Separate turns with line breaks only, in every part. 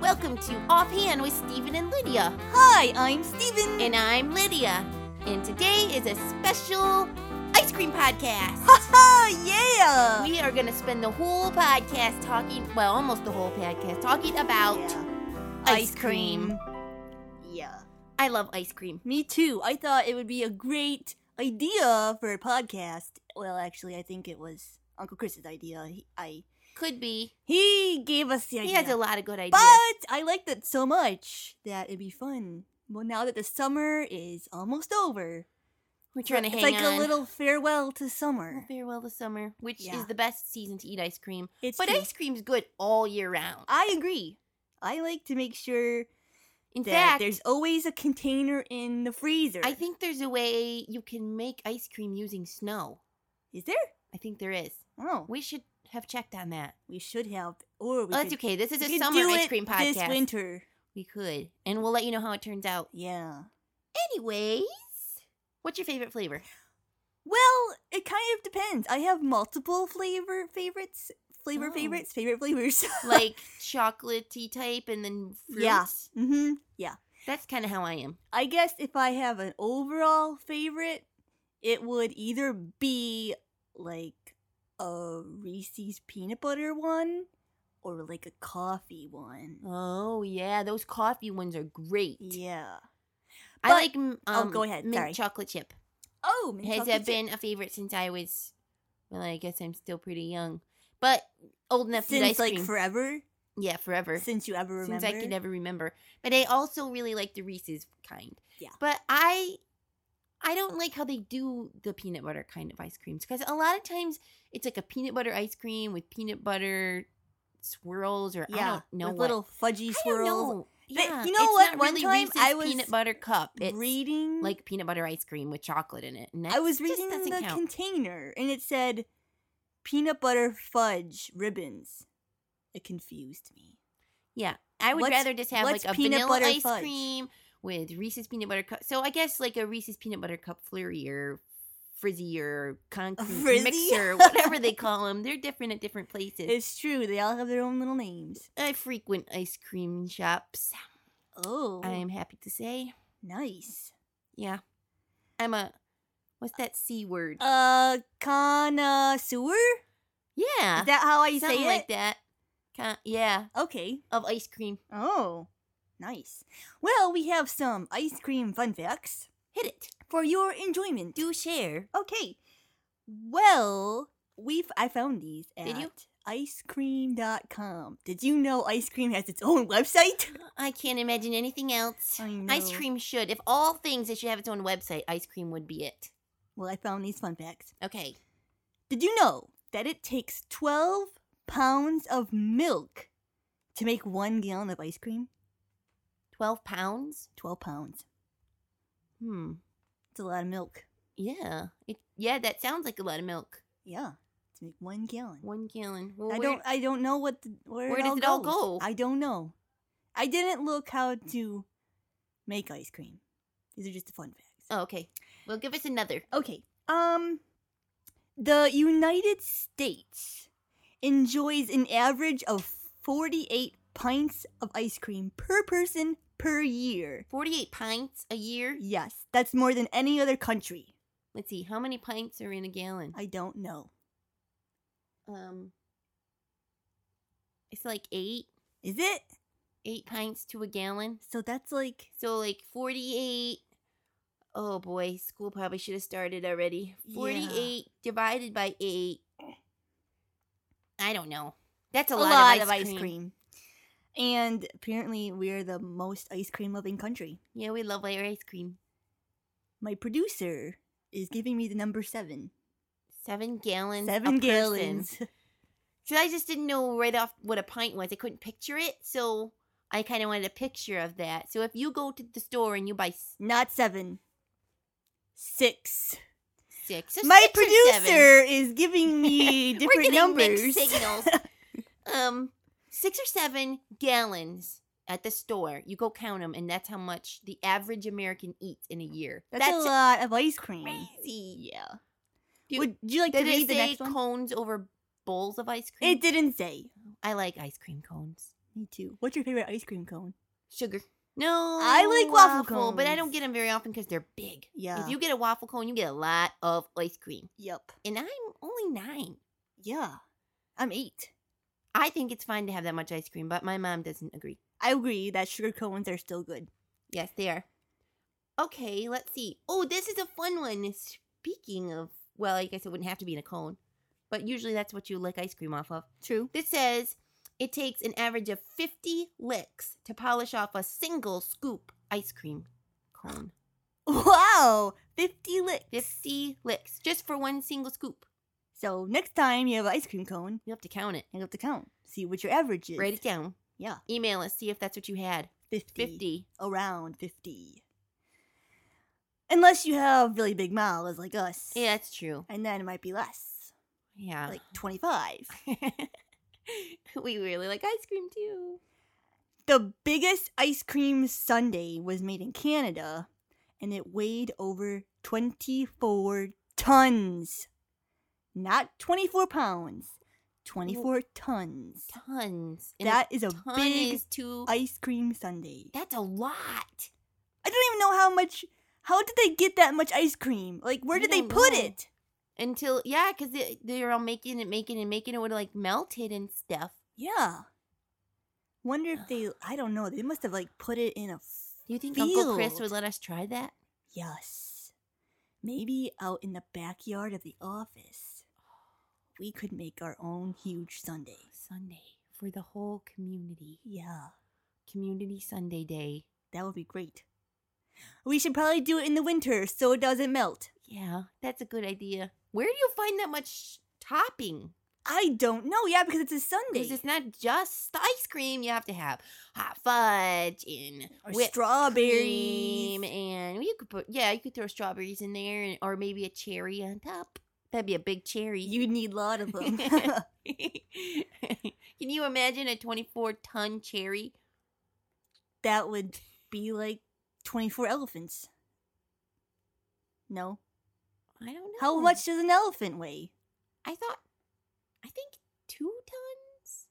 Welcome to Offhand with Stephen and Lydia.
Hi, I'm Steven.
And I'm Lydia. And today is a special ice cream podcast.
Ha ha, yeah.
We are going to spend the whole podcast talking, well, almost the whole podcast, talking about
Yeah.
ice cream.
Yeah.
I love ice cream.
Me too. I thought it would be a great idea for a podcast. Well, actually, I think it was Uncle Chris's idea. He, I
Could be.
he gave us the idea.
He has a lot of good ideas.
but I liked it so much that it'd be fun. Well, now that the summer is almost over,
We're trying to
it's
hang
like
on. Oh,
a little farewell to summer.
farewell to summer, which
Yeah.
is the best season to eat ice cream.
It's
But
true.
ice cream's good all year round.
I agree. I like to make sure
In
that
fact,
there's always a container in the freezer.
I think there's a way you can make ice cream using snow.
Is there?
I think there is.
Oh,
We should have checked on that.
we should have, or we
oh,
could,
that's okay. This is
we
a
could
summer
do
ice
it
cream
this
podcast.
winter.
we could, and we'll let you know how it turns out.
Yeah.
Anyways, what's your favorite flavor?
Well, it kind of depends. I have multiple flavor favorites, flavor
Oh.
favorites, favorite flavors.
like chocolatey type, and then fruits.
Yeah. mm-hmm.
that's kind of how I am.
I guess if I have an overall favorite, it would either be like a Reese's peanut butter one, or like a coffee one.
Oh yeah, those coffee ones are great.
Yeah.
I
but-
like. m-
oh,
Um,
go ahead,
Mint
sorry.
chocolate chip.
Oh, mint
Has
chocolate
that
chip.
been a favorite since I was? Well, I guess I'm still pretty young, but old enough to eat
since
ice
like
cream.
forever?
yeah, forever.
Since you ever remember?
Since I can never remember. But I also really like the Reese's kind.
Yeah.
But I I don't like how they do the peanut butter kind of ice creams because a lot of times it's like a peanut butter ice cream with peanut butter swirls or I
Yeah,
don't know
with
what.
little fudgy
I don't
swirls.
know.
But
Yeah,
you know
it's
what?
not
One
really
time
Reese's
I
peanut
was
butter cup. It's
reading,
like peanut butter ice cream with chocolate in it. And
I was
that's- just
reading
doesn't
the
count.
container, and it said peanut butter fudge ribbons. It confused me.
Yeah, I would
What's-
rather just have like
what's
a
peanut
vanilla
butter
ice
fudge?
cream with Reese's peanut butter cup. So I guess like a Reese's peanut butter cup flurry or frizzy or concrete
frizzy?
mixer, whatever they call them. They're different at different places.
It's true; they all have their own little names.
I frequent ice cream shops.
Oh,
I am happy to say,
nice.
yeah, I'm a what's that c word?
Uh, connoisseur.
yeah,
Is that how I
something
say
like
it?
that. Con- yeah,
Okay.
of ice cream.
Oh, nice. Well, we have some ice cream fun facts
Hit it.
for your enjoyment.
Do share.
Okay. Well, we've I found these at
Did you?
icecream.com. Did you know ice cream has its own website?
I can't imagine anything else.
I
Ice
know.
cream should. If all things, it should have its own website. Ice cream would be it.
Well, I found these fun facts.
Okay.
Did you know that it takes 12 pounds of milk to make 1 gallon of ice cream?
12 pounds?
12 pounds.
Hmm.
It's a lot of milk.
Yeah. It, yeah, that sounds like a lot of milk.
Yeah. To make 1 gallon.
One gallon. Well,
I
where-
don't I don't know what the, where,
where
it
does
all
it all
goes.
go?
I don't know. I didn't look how to make ice cream. These are just the fun facts.
Oh, okay. Well, give us another.
Okay. Um the United States enjoys an average of 48 pints of ice cream per person per year.
48 pints a year?
Yes, that's more than any other country.
Let's see. How many pints are in a gallon?
I don't know.
Um, It's like eight.
Is it?
Eight pints to a gallon.
So that's like
So, like 48. Oh boy, school probably should have started already.
Yeah.
48 divided by 8. I don't know. That's a,
a
lot,
lot
of ice, cream.
And apparently we're the most ice cream loving country.
Yeah, we love our ice cream.
My producer is giving me the number 7.
Seven gallons.
7
a person.
gallons.
So I just didn't know right off what a pint was. I couldn't picture it, so I kind of wanted a picture of that. So if you go to the store and you buy s-
Not 7. 6.
six, so
My
six or seven.
producer is giving me
We're
different
getting mixed
numbers.
signals. um, six or seven gallons at the store. You go count them, and that's how much the average American eats in a year.
That's, a lot of ice cream.
crazy.
Yeah.
Do-
Would you like to
Did
read
it
the
say
next one?
cones over bowls of ice cream?
It didn't say.
I like ice cream cones.
Me too. What's your favorite ice cream cone?
Sugar. No,
I like waffle
but I
cones.
don't get them very often because they're big.
Yeah.
If you get a waffle cone, you get a lot of ice cream,
Yep.
and I'm only nine.
Yeah. I'm eight.
I think it's fine to have that much ice cream, but my mom doesn't agree.
I agree that sugar cones are still good.
Yes, they are. Okay, let's see. Oh, this is a fun one. Speaking of, well, I guess it wouldn't have to be in a cone, but usually that's what you lick ice cream off of.
True.
This says it takes an average of 50 licks to polish off a single scoop ice cream cone.
Wow. 50 licks.
50 licks just for one single scoop.
So next time you have an ice cream cone,
You have to count it.
you have to count. See what your average is.
Write it down.
Yeah.
Email us, see if that's what you had.
50.
50.
Around 50. Unless you have really big mouths like us.
Yeah, Ah. that's true.
And then it might be less.
Yeah.
Like 25.
we really like ice cream too.
The biggest ice cream sundae was made in Canada and it weighed over 24 tons. Not 24 pounds, 24 tons.
Tons. And
That is
a
a
ton
big
is too.
ice cream sundae.
that's a lot.
I don't even know how much. How did they get that much ice cream? Like, where
I
did they
don't
put
know.
it?
Until yeah, because they, they were all making it, making it, making it would like melted and stuff.
Yeah. Wonder if they. I don't know. They must have like put it in a. f-
Do you think Uncle Chris
Field.
would let us try that?
Yes. Maybe out in the backyard of the office. We could make our own huge Sunday.
Sunday for the whole community.
Yeah,
Community Sunday Day.
that would be great. We should probably do it in the winter so it doesn't melt.
Yeah, that's a good idea. Where do you find that much topping?
I don't know. Yeah, because it's a Sunday.
Because it's not just the ice cream. You have to have hot fudge and
or
whipped
strawberries.
cream, and you could put yeah, you could throw strawberries in there, and, or maybe a cherry on top. That'd be a big cherry.
You'd need a lot of them.
Can you imagine a twenty-four ton cherry?
that would be like 24 elephants. No.
I don't know.
How much does an elephant weigh?
I thought. I think two tons.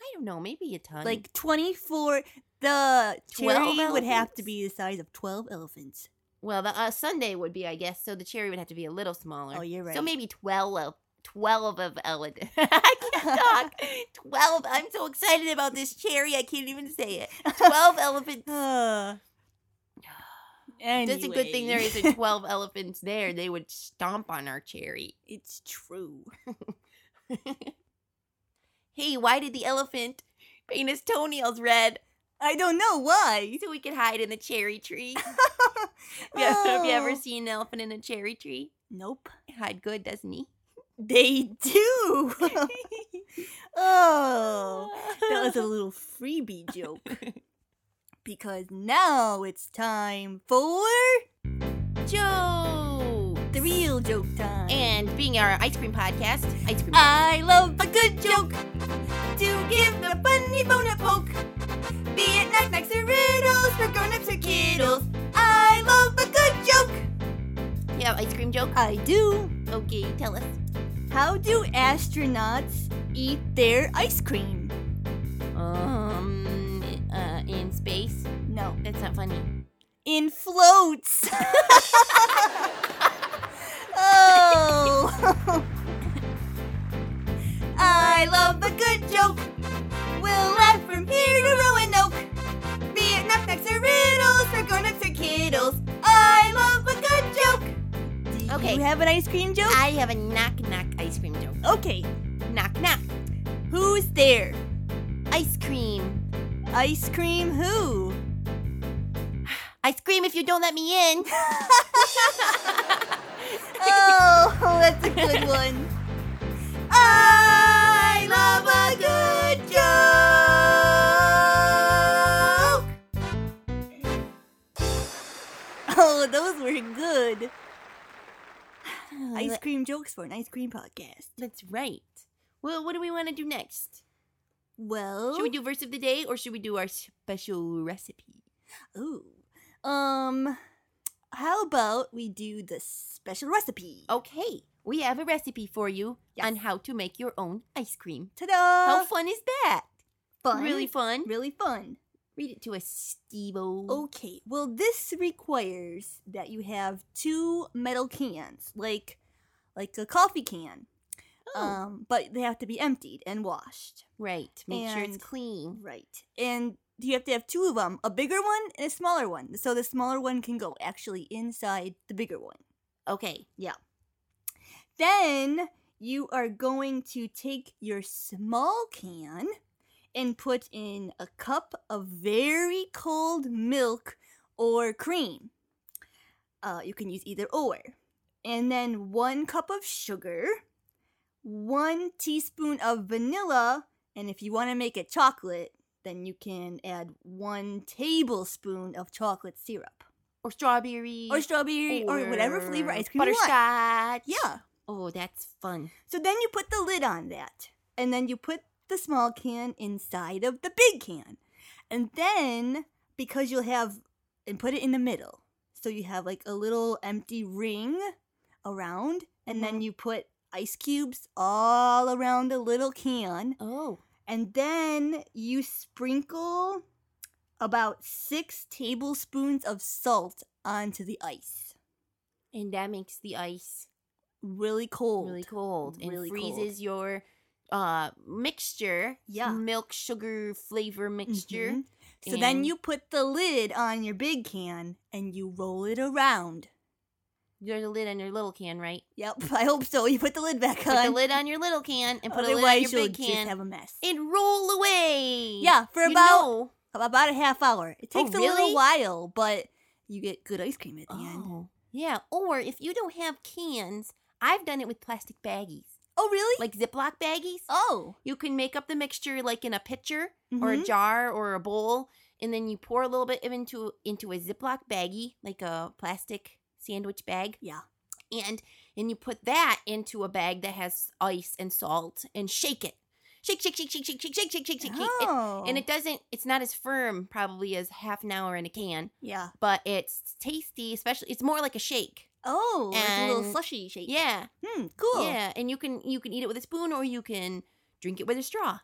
I don't know. Maybe a ton.
Like 24. The
12
cherry would have
elephants?
to be the size of 12 elephants.
well, the uh, Sunday would be, I guess. So the cherry would have to be a little smaller.
Oh, you're
So
right.
maybe twelve. of- 12 of elephants. I can't talk. 12. I'm so excited about this cherry. I can't even say it. 12 elephants.
Uh,
That's a good thing there
anyway.
isn't 12 elephants there. They would stomp on our cherry.
it's true.
Hey, why did the elephant paint his toenails red
I don't know why.
so we could hide in the cherry tree? yeah, have you ever
Oh.
seen an elephant in a cherry tree?
Nope.
Hide good, doesn't he?
They do. oh. That was a little freebie joke. because now it's time for
Joe.
the real joke time.
And being our ice cream podcast, ice cream.
I love a good joke to give the funny bone a poke. Be it knickknacks or riddles for grown-ups or kiddles. I love a good joke.
you have ice cream joke.
I do.
Okay, tell us.
How do astronauts eat their ice cream?
Um, uh, in space.
No,
That's not funny.
in floats. oh. I love a good joke. We'll laugh from here to Roanoke. Be it knickknacks or riddles for grown-ups or kiddles. I love a good joke. Do
Okay.
you have an ice cream joke?
I have a knock knock ice cream joke.
okay.
Knock knock.
Who's there?
Ice cream.
Ice cream who?
I scream if you don't let me in.
Oh, that's a good one. I love a good joke. Oh, those were good. Ice cream jokes for an ice cream podcast.
That's right. Well, what do we want to do next?
Well,
Should we do verse of the day or should we do our special recipe?
ooh, um, how about we do the special recipe?
Okay, we have a recipe for you
Yes.
on how to make your own ice cream.
ta-da!
How Uh, fun is that?
fun. Oh,
Really fun.
Really fun.
Read it to us, Steve-O.
Okay, well, this requires that you have two metal cans, like like a coffee can,
Oh,
um, but they have to be emptied and washed.
right. Make sure it's
and-
clean.
Right. And you have to have two of them a bigger one and a smaller one. So the smaller one can go actually inside the bigger one.
Okay.
Then you are going to take your small can and put in a cup of very cold milk or cream. Uh, you can use either or. And then one cup of sugar, one teaspoon of vanilla, and if you want to make it chocolate, then you can add one tablespoon of chocolate syrup
Or strawberry.
or strawberry or, whatever flavor ice cream you want.
Butterscotch.
Yeah.
Oh, that's fun.
So then you put the lid on that, and then you put the small can inside of the big can. And then, because you'll have, and put it in the middle. So you have like a little empty ring around, and then you put ice cubes all around the little can.
Oh.
And then you sprinkle about six tablespoons of salt onto the ice.
And that makes the ice
Really cold.
really cold and
Really cold.
freezes your uh mixture.
Yeah.
Milk sugar flavor mixture.
Mhm. So then
and-
you put the lid on your big can and you roll it around.
There's a lid on your little can, right?
Yep, I hope so. You put the lid back
Put
on.
the lid on your little can and put a lid on your
Otherwise, you'll
big
just
can
have a mess.
and roll away.
yeah, for
You
about
know-
about a half hour. It
Oh,
takes a little
really?
while, but you get good ice cream at the end.
Oh. Yeah. Or if you don't have cans, I've done it with plastic baggies,
Oh, really?
like Ziploc baggies.
oh,
You can make up the mixture like in a pitcher or a
Mhm.
jar or a bowl, and then you pour a little bit of into into a Ziploc baggie, like a plastic sandwich bag.
Yeah.
And and you put that into a bag that has ice and salt and shake it. Shake, shake, shake, shake, shake, shake, shake, shake, shake, shake. It-
oh.
and it doesn't it's not as firm probably as half an hour in a can,
yeah.
but it's tasty, especially it's more like a shake.
Oh, like a little
and-
slushy shape.
Yeah.
Hmm, cool.
Yeah, and you can you can eat it with a spoon or you can drink it with a straw.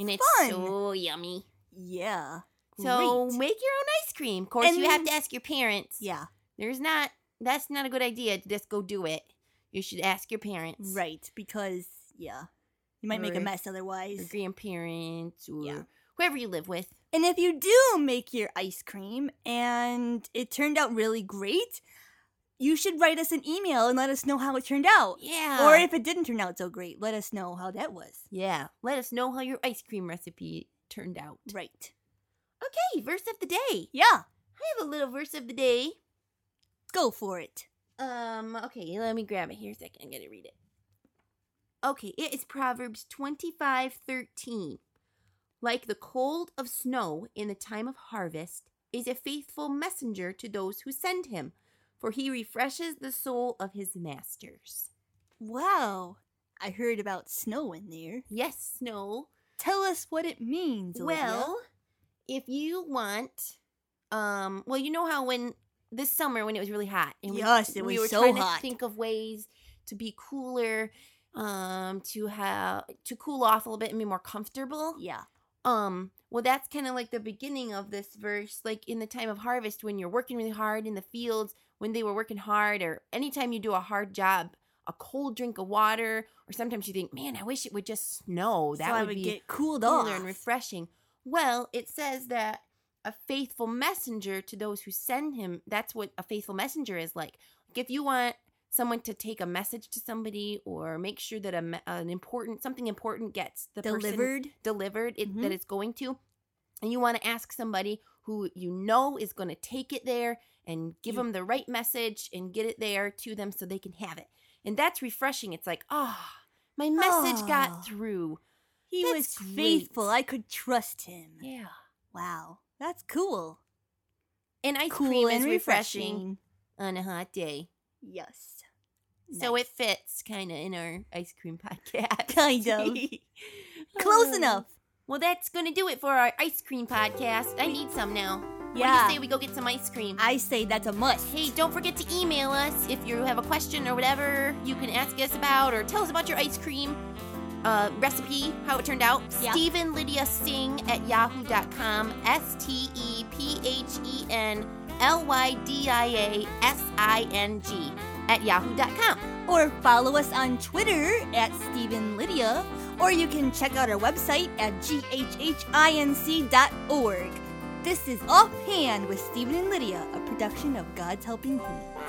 And it's
Fun.
so yummy.
Yeah.
So
Great.
make your own ice cream. Of course, you have
And-
to ask your parents.
yeah,
There's not that's not a good idea to just go do it. You should ask your parents.
right. Because yeah, you might make
Or-
a mess
Your
otherwise.
grandparents or
Yeah.
whoever you live with.
And if you do make your ice cream and it turned out really great, you should write us an email and let us know how it turned out.
Yeah.
Or if it didn't turn out so great, let us know how that was.
Yeah. Let us know how your ice cream recipe turned out.
Right.
Okay, verse of the day.
Yeah,
I have a little verse of the day.
go for it.
Um, okay, let me grab it here a second. I'm gonna read it. Okay, it is Proverbs twenty-five thirteen. Like the cold of snow in the time of harvest is a faithful messenger to those who send him, for he refreshes the soul of his masters.
Wow. I heard about snow in there.
Yes, snow.
Tell us what it means. Olivia.
Well, if you want, um, well, you know how when this summer when it was really hot, we-
Yes, it
we
was
were
so
trying
hot.
to think of ways to be cooler, um, to have to cool off a little bit and be more comfortable.
yeah.
Um, well, that's kind of like the beginning of this verse, like in the time of harvest when you're working really hard in the fields, when they were working hard, or anytime you do a hard job. A cold drink of water, or sometimes you think, "Man, I wish it would just snow. oh, That
so I
would
would
be
get cooled off.
cooler and refreshing. Well, it says that a faithful messenger to those who send him, that's what a faithful messenger is like. Like, If you want someone to take a message to somebody or make sure that a, me- an important something important gets the person
Delivered.
delivered it, that
Mhm.
it's going to and you want to ask somebody who you know is going to take it there and give
You-
them the right message and get it there to them so they can have it and that's refreshing it's like ah my message
Ah.
got through
He was
That's
faithful.
great.
I could trust him.
yeah
Wow. That's cool.
And ice
cool
cream
and
is refreshing,
refreshing.
on a hot day.
Yes.
So
Nice.
it fits kind of in our ice cream podcast.
Kind of. Close
Um,
enough.
Well, that's going to do it for our ice cream podcast. I need some now. What do you say we go get some ice cream?
I say that's a must.
Hey, don't forget to email us if you have a question or whatever you can ask us about or tell us about your ice cream. uh, recipe, how it turned out.
Yeah.
Stephen Lydia Singh at yahoo.com. S T E P H E N L Y D I A S I N G at yahoo.com.
Or follow us on Twitter at Stephen Lydia, or you can check out our website at ghhinc.org. This is Offhand with Stephen and Lydia, a production of God's Helping Hand.